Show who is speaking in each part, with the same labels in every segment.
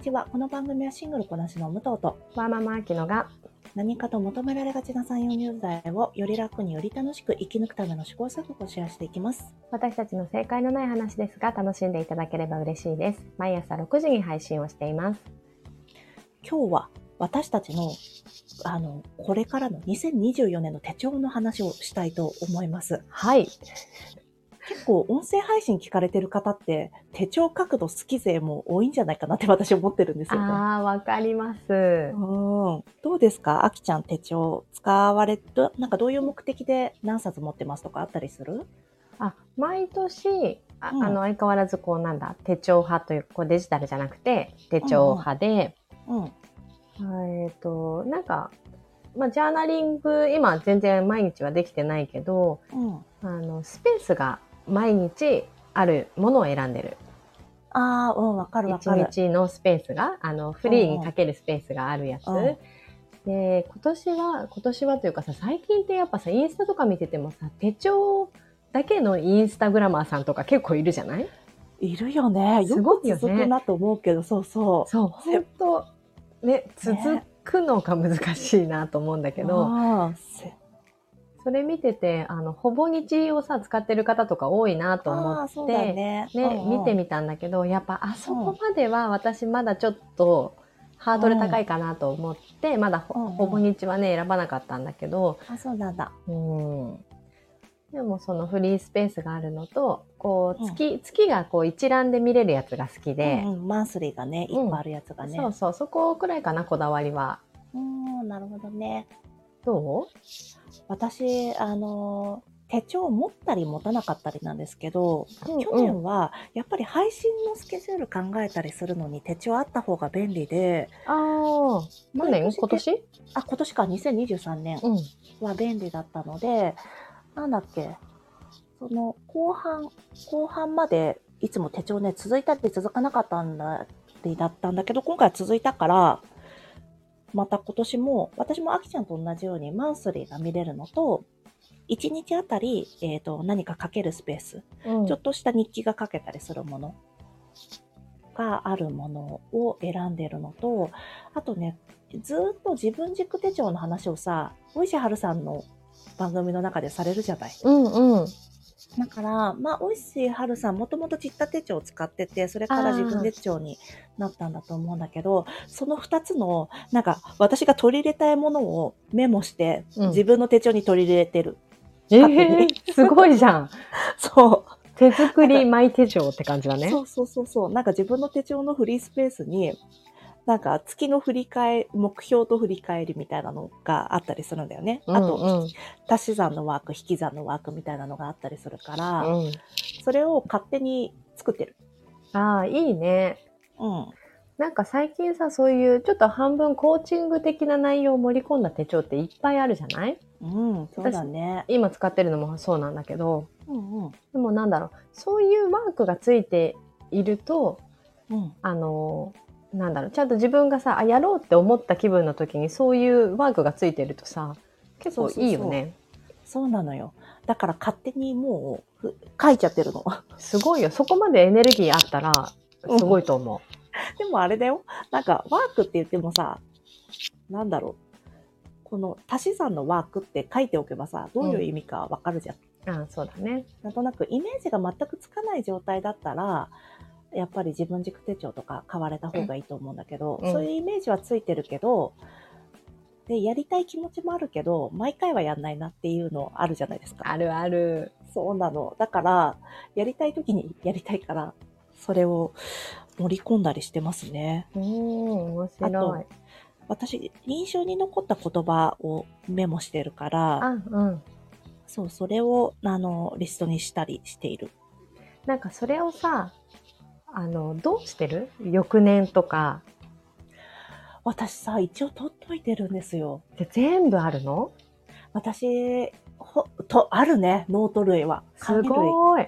Speaker 1: ちは。この番組はシングルこなしの武藤と
Speaker 2: わーママアキノが
Speaker 1: 何かと求められがちな3、40代をより楽により楽しく生き抜くための試行錯誤をシェアしていきます。
Speaker 2: 私たちの正解のない話ですが楽しんでいただければ嬉しいです。毎朝6時に配信をしています。
Speaker 1: 今日は私たちの、あの、これからの2024年の手帳の話をしたいと思います。
Speaker 2: はい。
Speaker 1: 結構音声配信聞かれてる方って手帳角度好き勢も多いんじゃないかなって 私思ってるんですよね。
Speaker 2: あー、わかります
Speaker 1: う。んどうですかあきちゃん手帳使われどなんかどういう目的で何冊持ってますとかあったりする
Speaker 2: あ、毎年、あ,、
Speaker 1: うん
Speaker 2: あの、相変わらずこうなんだ、手帳派という、こうデジタルじゃなくて手帳派で、
Speaker 1: うん。
Speaker 2: えっ、と、なんか、まあ、ジャーナリング、今全然毎日はできてないけど、
Speaker 1: うん。
Speaker 2: あの、スペースが毎日あるものを選んでる。
Speaker 1: ああ、うん、わかるわ
Speaker 2: 一
Speaker 1: かる。
Speaker 2: 日のスペースが、あの、フリーにかけるスペースがあるやつ。
Speaker 1: うん
Speaker 2: で、今年は、今年はというかさ、最近ってやっぱさ、インスタとか見ててもさ、手帳だけのインスタグラマーさんとか結構いるじゃない
Speaker 1: いるよね。
Speaker 2: す
Speaker 1: よ
Speaker 2: ごい
Speaker 1: く
Speaker 2: よね
Speaker 1: 続くなと思うけど、そうそう。
Speaker 2: そう、ほんと、ね、続くのが難しいなと思うんだけど、
Speaker 1: あーせ
Speaker 2: それ見てて、あの、ほぼ日をさ、使ってる方とか多いなと
Speaker 1: あ
Speaker 2: 思
Speaker 1: ー、
Speaker 2: って、
Speaker 1: そうだね。
Speaker 2: ね、
Speaker 1: うんうん
Speaker 2: 見てみたんだけどやっぱあそこまでは私まだちょっとハードル高いかなと思って、まだほ,、
Speaker 1: うんうん
Speaker 2: ぼ日はね選ばなかったんだけど、
Speaker 1: あ、そうなんだ。
Speaker 2: うん、でもそのフリースペースがあるのとこ
Speaker 1: う
Speaker 2: うん月,、月がこう一覧で見れるやつが好きで
Speaker 1: う、んうんマンスリーがね、いっぱいあるやつがね。
Speaker 2: そうそうそこくらいかなこだわりは。
Speaker 1: うん、なるほどね。
Speaker 2: どう
Speaker 1: 私、あのー、手帳持ったり持たなかったりなんですけど、
Speaker 2: うんうん
Speaker 1: 去年はやっぱり配信のスケジュール考えたりするのに手帳あった方が便利で、
Speaker 2: ああ去年今年
Speaker 1: あ、今年か2023年
Speaker 2: うん
Speaker 1: は便利だったので、なんだっけ、その後半、後半までいつも手帳ね、続いたって続かなかったんだってだったんだけど、今回は続いたから、また今年も、私もあきちゃんと同じようにマンスリーが見れるのと、1日あたり、えー、と何か書けるスペース、
Speaker 2: うん
Speaker 1: ちょっとした日記が書けたりするものがあるものを選んでるのと、あとね、ずーっと自分軸手帳の話をさ、大石春さんの番組の中でされるじゃない。
Speaker 2: うんうん
Speaker 1: だから、まあ、大石春さん、もともとちった手帳を使ってて、それから自分手帳になったんだと思うんだけど、その2つの、なんか、私が取り入れたいものをメモして、
Speaker 2: うん
Speaker 1: 自分の手帳に取り入れてる。
Speaker 2: えー、すごいじゃん
Speaker 1: そう。
Speaker 2: 手作りマイ手帳って感じだね
Speaker 1: そうそうそうそう。なんか自分の手帳のフリースペースに、なんか月の振り返り、目標と振り返りみたいなのがあったりするんだよね。あ
Speaker 2: う
Speaker 1: と、
Speaker 2: んうん
Speaker 1: 足し算のワーク、引き算のワークみたいなのがあったりするから、
Speaker 2: うん
Speaker 1: それを勝手に作ってる。
Speaker 2: ああ、いいね。
Speaker 1: うん。
Speaker 2: なんか最近さ、そういうちょっと半分コーチング的な内容を盛り込んだ手帳っていっぱいあるじゃない
Speaker 1: うん、そうだね。
Speaker 2: 今使ってるのもそうなんだけど、
Speaker 1: うんうん。
Speaker 2: でもなんだろう、そういうワークがついていると、
Speaker 1: うん。
Speaker 2: あの、なんだろう、ちゃんと自分がさ、あ、やろうって思った気分の時にそういうワークがついてるとさ、結構いいよね。
Speaker 1: そうなのよ。だから勝手にもうふ書いちゃってるの。
Speaker 2: すごいよ。そこまでエネルギーあったら、すごいと思
Speaker 1: でもあれだよ。なんか、ワークって言ってもさ、なんだろう。この足し算のワークって書いておけばさ、どういう意味かわかるじゃん。
Speaker 2: う。ああ、そうだね。
Speaker 1: なんとなくイメージが全くつかない状態だったら、やっぱり自分軸手帳とか買われた方がいいと思うんだけど、
Speaker 2: うん
Speaker 1: そういうイメージはついてるけど、で、やりたい気持ちもあるけど、毎回はやんないなっていうのあるじゃないですか。
Speaker 2: あるある。
Speaker 1: そうなの。だから、やりたい時にやりたいから、それを盛り込んだりしてますね。
Speaker 2: うん、面白い。
Speaker 1: 私印象に残った言葉をメモしてるから
Speaker 2: あ、うん。
Speaker 1: そうそれをあのリストにしたりしている
Speaker 2: なんかそれをさ、あの、どうしてる翌年とか
Speaker 1: 私さ一応取っといてるんですよ
Speaker 2: で全部あるの
Speaker 1: 私ほとあるねノート類は
Speaker 2: す
Speaker 1: 紙類
Speaker 2: ごい。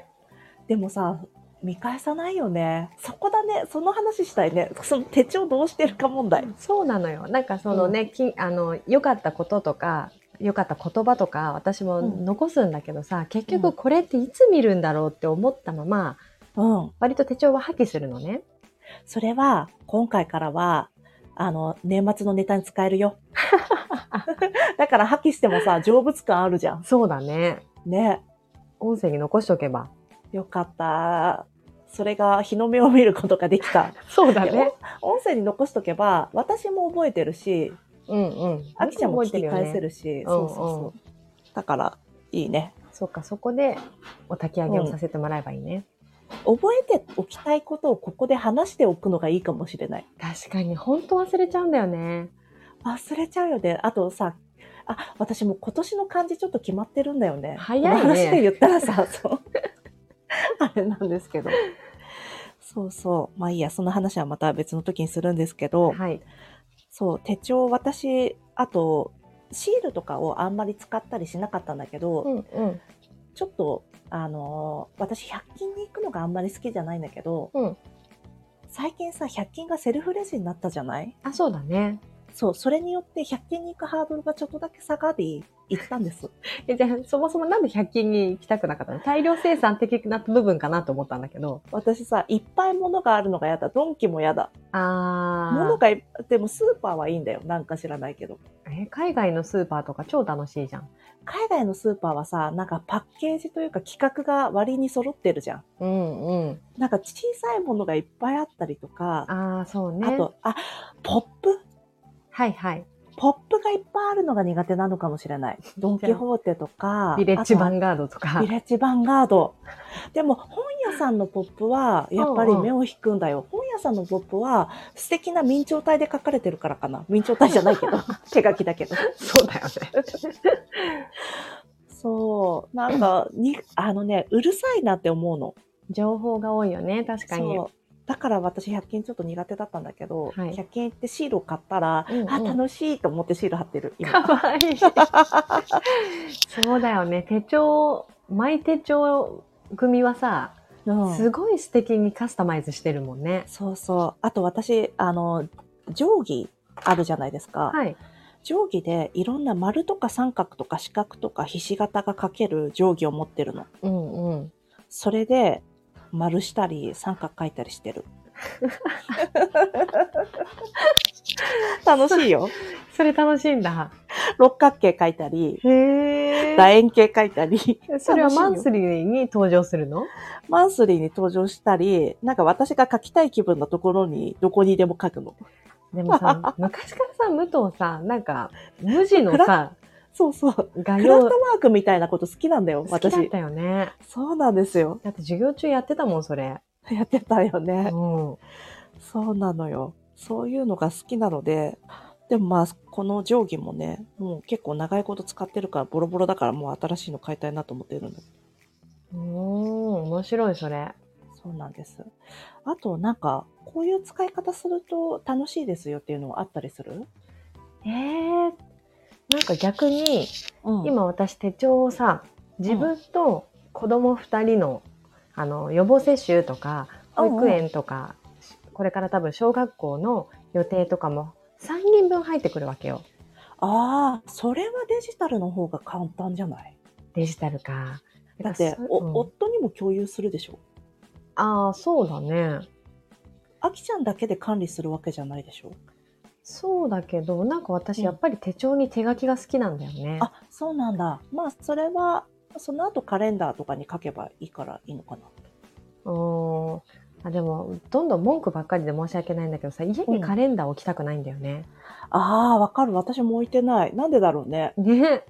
Speaker 1: でもさ見返さないよねそこだねその話したいねその手帳どうしてるか問題
Speaker 2: そうなのよ。なんかそのね、きあの、良かったこととか、良かった言葉とか、私も
Speaker 1: うん
Speaker 2: 残すんだけどさ、結局これっていつ見るんだろうって思ったまま、
Speaker 1: うん
Speaker 2: 割と手帳は破棄するのね。
Speaker 1: それは、今回からは、あの、年末のネタに使える よ。だから破棄してもさ、成仏感あるじゃん。
Speaker 2: そうだね。
Speaker 1: ね。
Speaker 2: 音声に残しておけば。
Speaker 1: よかった。それが日の目を見ることができ た。
Speaker 2: そうだ
Speaker 1: いや。音声に残しとけば、私も覚えてるし、
Speaker 2: うんうん。
Speaker 1: あきちゃんも聞き返せ
Speaker 2: る。
Speaker 1: るし、
Speaker 2: ん
Speaker 1: そうそうそう。だから、いいね。
Speaker 2: そうか、そこでお焚き上げをさせてもらえばいいね。
Speaker 1: 覚えておきたいことをここで話しておくのがいいかもしれない。
Speaker 2: 確かに、本当忘れちゃうんだよね。
Speaker 1: 忘れちゃうよね。あとさ、あ、私もう今年の漢字ちょっと決まってるんだよね。
Speaker 2: 早いね
Speaker 1: この話で言ったら さ、そう。 あれなんですけど。そうそう。まあいいや、その話はまた別の時にするんですけど、
Speaker 2: はい。
Speaker 1: そう、手帳、私、あと、シールとかをあんまり使ったりしなかったんだけど、
Speaker 2: うんうん。
Speaker 1: ちょっと、あのー私、100均に行くのがあんまり好きじゃないんだけど、
Speaker 2: うん
Speaker 1: 最近さ、100均がセルフレジになったじゃない
Speaker 2: あ、そうだね。
Speaker 1: そう、それによって100均に行くハードルがちょっとだけ下がり、行ったん です。
Speaker 2: えじゃあ、そもそもなんで100均に行きたくなかったの大量生産的な部分かなと思ったんだけど。
Speaker 1: 私さ、いっぱい物があるのが嫌だ。ドンキも嫌だ。
Speaker 2: あー
Speaker 1: 物がい、でもスーパーはいいんだよ。なんか知らないけど。
Speaker 2: え海外のスーパーとか超楽しいじゃん。
Speaker 1: 海外のスーパーはさ、なんかパッケージというか規格が割に揃ってるじゃん。
Speaker 2: うんうん。
Speaker 1: なんか小さいものがいっぱいあったりとか、
Speaker 2: ああ、そうね。
Speaker 1: あと、あ、ポップ
Speaker 2: はいはい。
Speaker 1: ポップがいっぱいあるのが苦手なのかもしれない。ドン・キホーテとか、
Speaker 2: ビレッジヴァン
Speaker 1: ガ
Speaker 2: ガードと
Speaker 1: ード。
Speaker 2: か
Speaker 1: ビ。レッジ・ヴァンガード。でも、本屋さんのポップは、やっぱり目を引くんだよ。本屋さんのポップは、素敵な明朝体で書かれてるからかな。明朝体じゃないけ ど、手書きだけど。
Speaker 2: そうだよね。
Speaker 1: そう。なんか、に、あのね、うるさいなって思うの。
Speaker 2: 情報が多いよね、確かに。
Speaker 1: そう。だから私、100均ちょっと苦手だったんだけど、
Speaker 2: はい
Speaker 1: 100均行ってシールを買ったら、
Speaker 2: うんうん
Speaker 1: あ、楽しいと思ってシール貼ってる。今
Speaker 2: かわいい。そうだよね。手帳、マイ手帳組はさ、
Speaker 1: うん
Speaker 2: すごい素敵にカスタマイズしてるもんね。
Speaker 1: そうそう。あと私、あの、定規あるじゃないですか。
Speaker 2: はい。
Speaker 1: 定規でいろんな丸とか三角とか四角とかひし形が書ける定規を持ってるの。
Speaker 2: うんうん。
Speaker 1: それで丸したり三角書いたりして る。楽しいよ。
Speaker 2: それ楽しいんだ。
Speaker 1: 六角形書いたり、
Speaker 2: へえ。
Speaker 1: 楕円形書いたり。
Speaker 2: それは
Speaker 1: 楽しいよ
Speaker 2: マンスリーに登場するの
Speaker 1: マンスリーに登場したり、なんか私が書きたい気分のところにどこにでも書くの。
Speaker 2: でもさ、昔からさ、武藤さ、なんか、無地のさ、
Speaker 1: そうそう。
Speaker 2: 画
Speaker 1: クラフト
Speaker 2: 用
Speaker 1: ワークみたいなこと好きなんだよ、
Speaker 2: 好き
Speaker 1: 私
Speaker 2: だ。ったよね。
Speaker 1: そうなんですよ。
Speaker 2: だって授業中やってたもん、それ。
Speaker 1: やってたよ
Speaker 2: う
Speaker 1: ね。
Speaker 2: ん。
Speaker 1: そうなのよ。そういうのが好きなので、でもまあ、この定規もね、もう結構長いこと使ってるから、ボロボロだからもう新しいの買いたいなと思ってるんだけ
Speaker 2: うーん、面白い、それ。
Speaker 1: ど。そうなんです。あと、なんか、こういう使い方すると楽しいですよっていうのはあったりする
Speaker 2: えー、なんか逆に、
Speaker 1: うん。
Speaker 2: 今私手帳をさ、自分と子供2人の、あの、予防接種とか、保育園とか、これから多分小学校の予定とかも3人分入ってくるわけよ。
Speaker 1: ああ、それはデジタルの方が簡単じゃない
Speaker 2: デジタルか。
Speaker 1: だって、お、
Speaker 2: うん
Speaker 1: 夫にも共有するでしょ
Speaker 2: ああ、そうだね。
Speaker 1: あきちゃんだけで管理するわけじゃないでしょ
Speaker 2: そうだけど、なんか
Speaker 1: う
Speaker 2: 私
Speaker 1: ん
Speaker 2: やっぱり手帳に手書きが好きなんだよね。
Speaker 1: あ、そうなんだ。まあ、それは、その後カレンダーとかに書けばいいからいいのかな。
Speaker 2: うーんあでも、どんどん文句ばっかりで申し訳ないんだけどさ、家にカレンダー置きたくないんだよね。
Speaker 1: ああ、わかる。私も置いてない。なんでだろう ね。
Speaker 2: ね。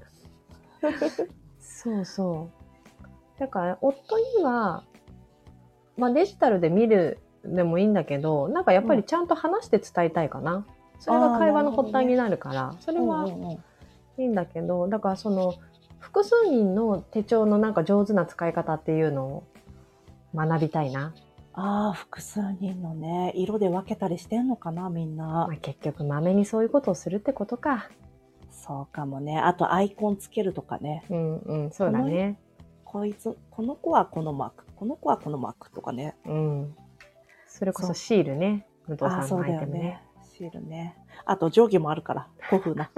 Speaker 2: そうそう。だから、夫には、まあデジタルで見るでもいいんだけど、なんかやっぱりちゃんと話して伝えたいかな。それが会話の発端になるから、それは
Speaker 1: うんうんうん
Speaker 2: いいんだけど、だからその、複数人の手帳のなんか上手な使い方っていうのを学びたいな。
Speaker 1: ああ、複数人のね、色で分けたりしてんのかな、みんな
Speaker 2: まあ、。結局、まめにそういうことをするってことか。
Speaker 1: そうかもね。あと、アイコンつけるとかね。
Speaker 2: うんうん、そうだね。
Speaker 1: こいつ、この子はこのマーク、この子はこのマークとかね。
Speaker 2: うん。それこ
Speaker 1: そ
Speaker 2: そうシールね。武藤
Speaker 1: ああー、
Speaker 2: さん
Speaker 1: そ
Speaker 2: の
Speaker 1: う
Speaker 2: ア
Speaker 1: だ
Speaker 2: イ
Speaker 1: よ
Speaker 2: テムね
Speaker 1: ね。。シールね。あと、定規もあるから。古風な。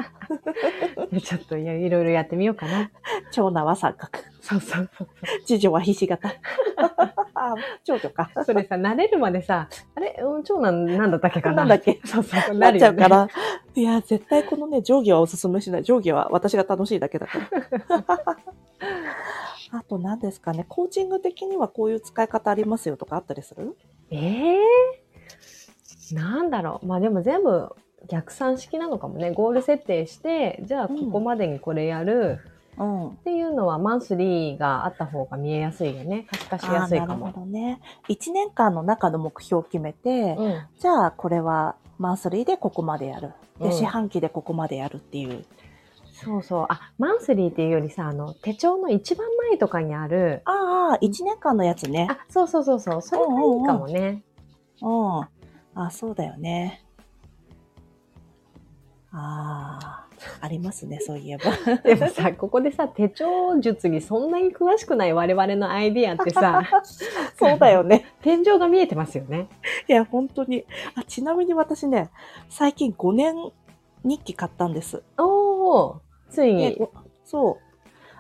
Speaker 2: いや ちょっといやいろいろやってみようかな。
Speaker 1: 長男は三角。
Speaker 2: そうそうそう。
Speaker 1: 次女はひし形。ああ、長女か。
Speaker 2: それさ、慣れるまでさ、あれ、うん長男なんだったっけかな
Speaker 1: なんだっけ
Speaker 2: そうそ う、
Speaker 1: な
Speaker 2: な
Speaker 1: っ
Speaker 2: る
Speaker 1: ちゃ
Speaker 2: よ
Speaker 1: う
Speaker 2: ね
Speaker 1: から。いや、絶対このね、定規はおすすめしない。定規は私が楽しいだけだ から。あと何ですかね、コーチング的にはこういう使い方ありますよとかあったりする
Speaker 2: ええなんだろう。まあでも全部逆算式なのかもね。ゴール設定して、じゃあここまでにこれやる
Speaker 1: うん。
Speaker 2: っていうのはマンスリーがあった方が見えやすいよね。可視化しや
Speaker 1: あー
Speaker 2: すい
Speaker 1: な
Speaker 2: か
Speaker 1: るほ
Speaker 2: も。
Speaker 1: どね。1年間の中の目標を決めて、
Speaker 2: うん、
Speaker 1: じゃあこれはマンスリーでここまでやる。で、
Speaker 2: うん
Speaker 1: 四半期でここまでやるっていう。
Speaker 2: そうそう。あ、マンスリーっていうよりさ、あの、手帳の一番前とかにある、
Speaker 1: ああ、1年間のやつね。
Speaker 2: あ、そうそうそうそう。それがいいかもね。
Speaker 1: うん。あ、そうだよね。ああ、ありますね、そういえば。
Speaker 2: でも さ、ここでさ、手帳術にそんなに詳しくない我々のアイディアってさ、
Speaker 1: そうだよね。
Speaker 2: 天井が見えてますよね。
Speaker 1: いや、本当に。あちなみに私ね、最近5年日記買ったんです。
Speaker 2: おー、つい
Speaker 1: で
Speaker 2: に。
Speaker 1: ごそう。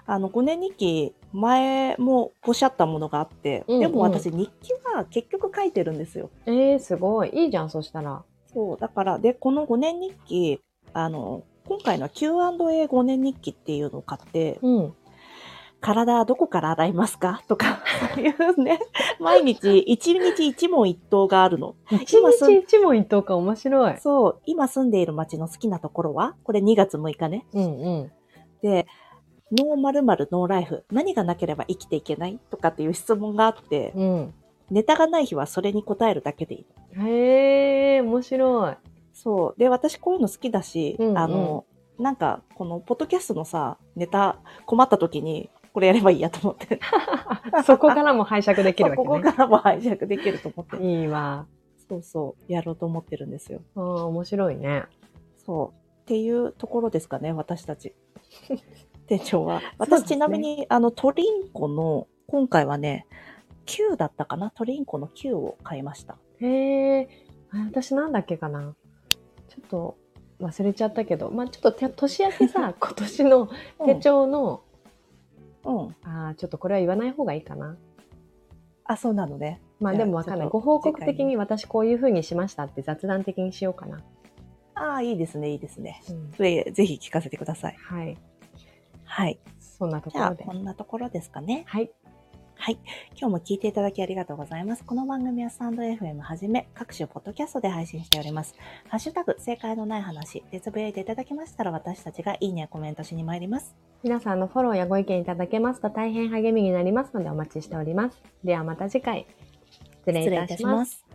Speaker 1: あの、5年日記、前もポシャったものがあって、
Speaker 2: うん
Speaker 1: でも
Speaker 2: うん
Speaker 1: 私日記は結局書いてるんですよ。
Speaker 2: えー、すごい。いいじゃん、そしたら。
Speaker 1: そう、だから、で、この5年日記、あの、今回の Q&A5 年日記っていうのを買って、
Speaker 2: うん。
Speaker 1: 体どこから洗いますか とか、そういうね、 毎日、一日一問一答があるの。
Speaker 2: 一日一問一答か、面白い。
Speaker 1: そう、今住んでいる街の好きなところはこれ2月6日ね。
Speaker 2: うんうん。
Speaker 1: で、ノーマルマルノーライフ、何がなければ生きていけないとかっていう質問があって、
Speaker 2: うん。
Speaker 1: ネタがない日はそれに答えるだけでいい。
Speaker 2: へえー、面白い。
Speaker 1: そう。で、私こういうの好きだし、
Speaker 2: うんうん
Speaker 1: あの、なんか、この、ポッドキャストのさ、ネタ困った時に、これやればいいやと思って、
Speaker 2: そこからも拝借 できるわけ
Speaker 1: こ こ
Speaker 2: ね。
Speaker 1: からも拝借できると思って、
Speaker 2: いいわ。
Speaker 1: そうそう、やろうと思ってるんですよ。
Speaker 2: あー面白いね。
Speaker 1: そう。っていうところですかね、私た ち。店長は。
Speaker 2: そうで
Speaker 1: 私、
Speaker 2: すね
Speaker 1: ちなみに、あの、トリンコの、今回はね、9だったかなトリンコの9を買いました。
Speaker 2: へえー、あ私なんだっけかな。ちょっと忘れちゃったけど、まあちょっとて年明け さ、今年の手帳の、
Speaker 1: うん。うん。
Speaker 2: ああ、ちょっとこれは言わない方がいいかな。
Speaker 1: あ、そうなのね。
Speaker 2: まあ
Speaker 1: じゃ
Speaker 2: で
Speaker 1: あ
Speaker 2: もわかんな
Speaker 1: ちょ
Speaker 2: い。
Speaker 1: っと
Speaker 2: ご報告
Speaker 1: 次
Speaker 2: 的
Speaker 1: 回
Speaker 2: に私こういう風にしましたって雑談的にしようかな。
Speaker 1: ああ、いいですね、いいですね。
Speaker 2: うん
Speaker 1: ぜぜひ聞かせてください。
Speaker 2: はい。
Speaker 1: はい。
Speaker 2: そんなと
Speaker 1: じ
Speaker 2: こ
Speaker 1: ゃ
Speaker 2: ろ
Speaker 1: あ、
Speaker 2: で
Speaker 1: こ。んなところですかね。
Speaker 2: はい。
Speaker 1: はい。今日も聞いていただきありがとうございます。この番組はスタンド FM はじめ各種ポッドキャストで配信しております。ハッシュタグ、正解のない話でつぶやいていただきましたら私たちがいいねやコメントしに参ります。
Speaker 2: 皆さんのフォローやご意見いただけますと大変励みになりますのでお待ちしております。ではまた次回。失礼いたします。
Speaker 1: す。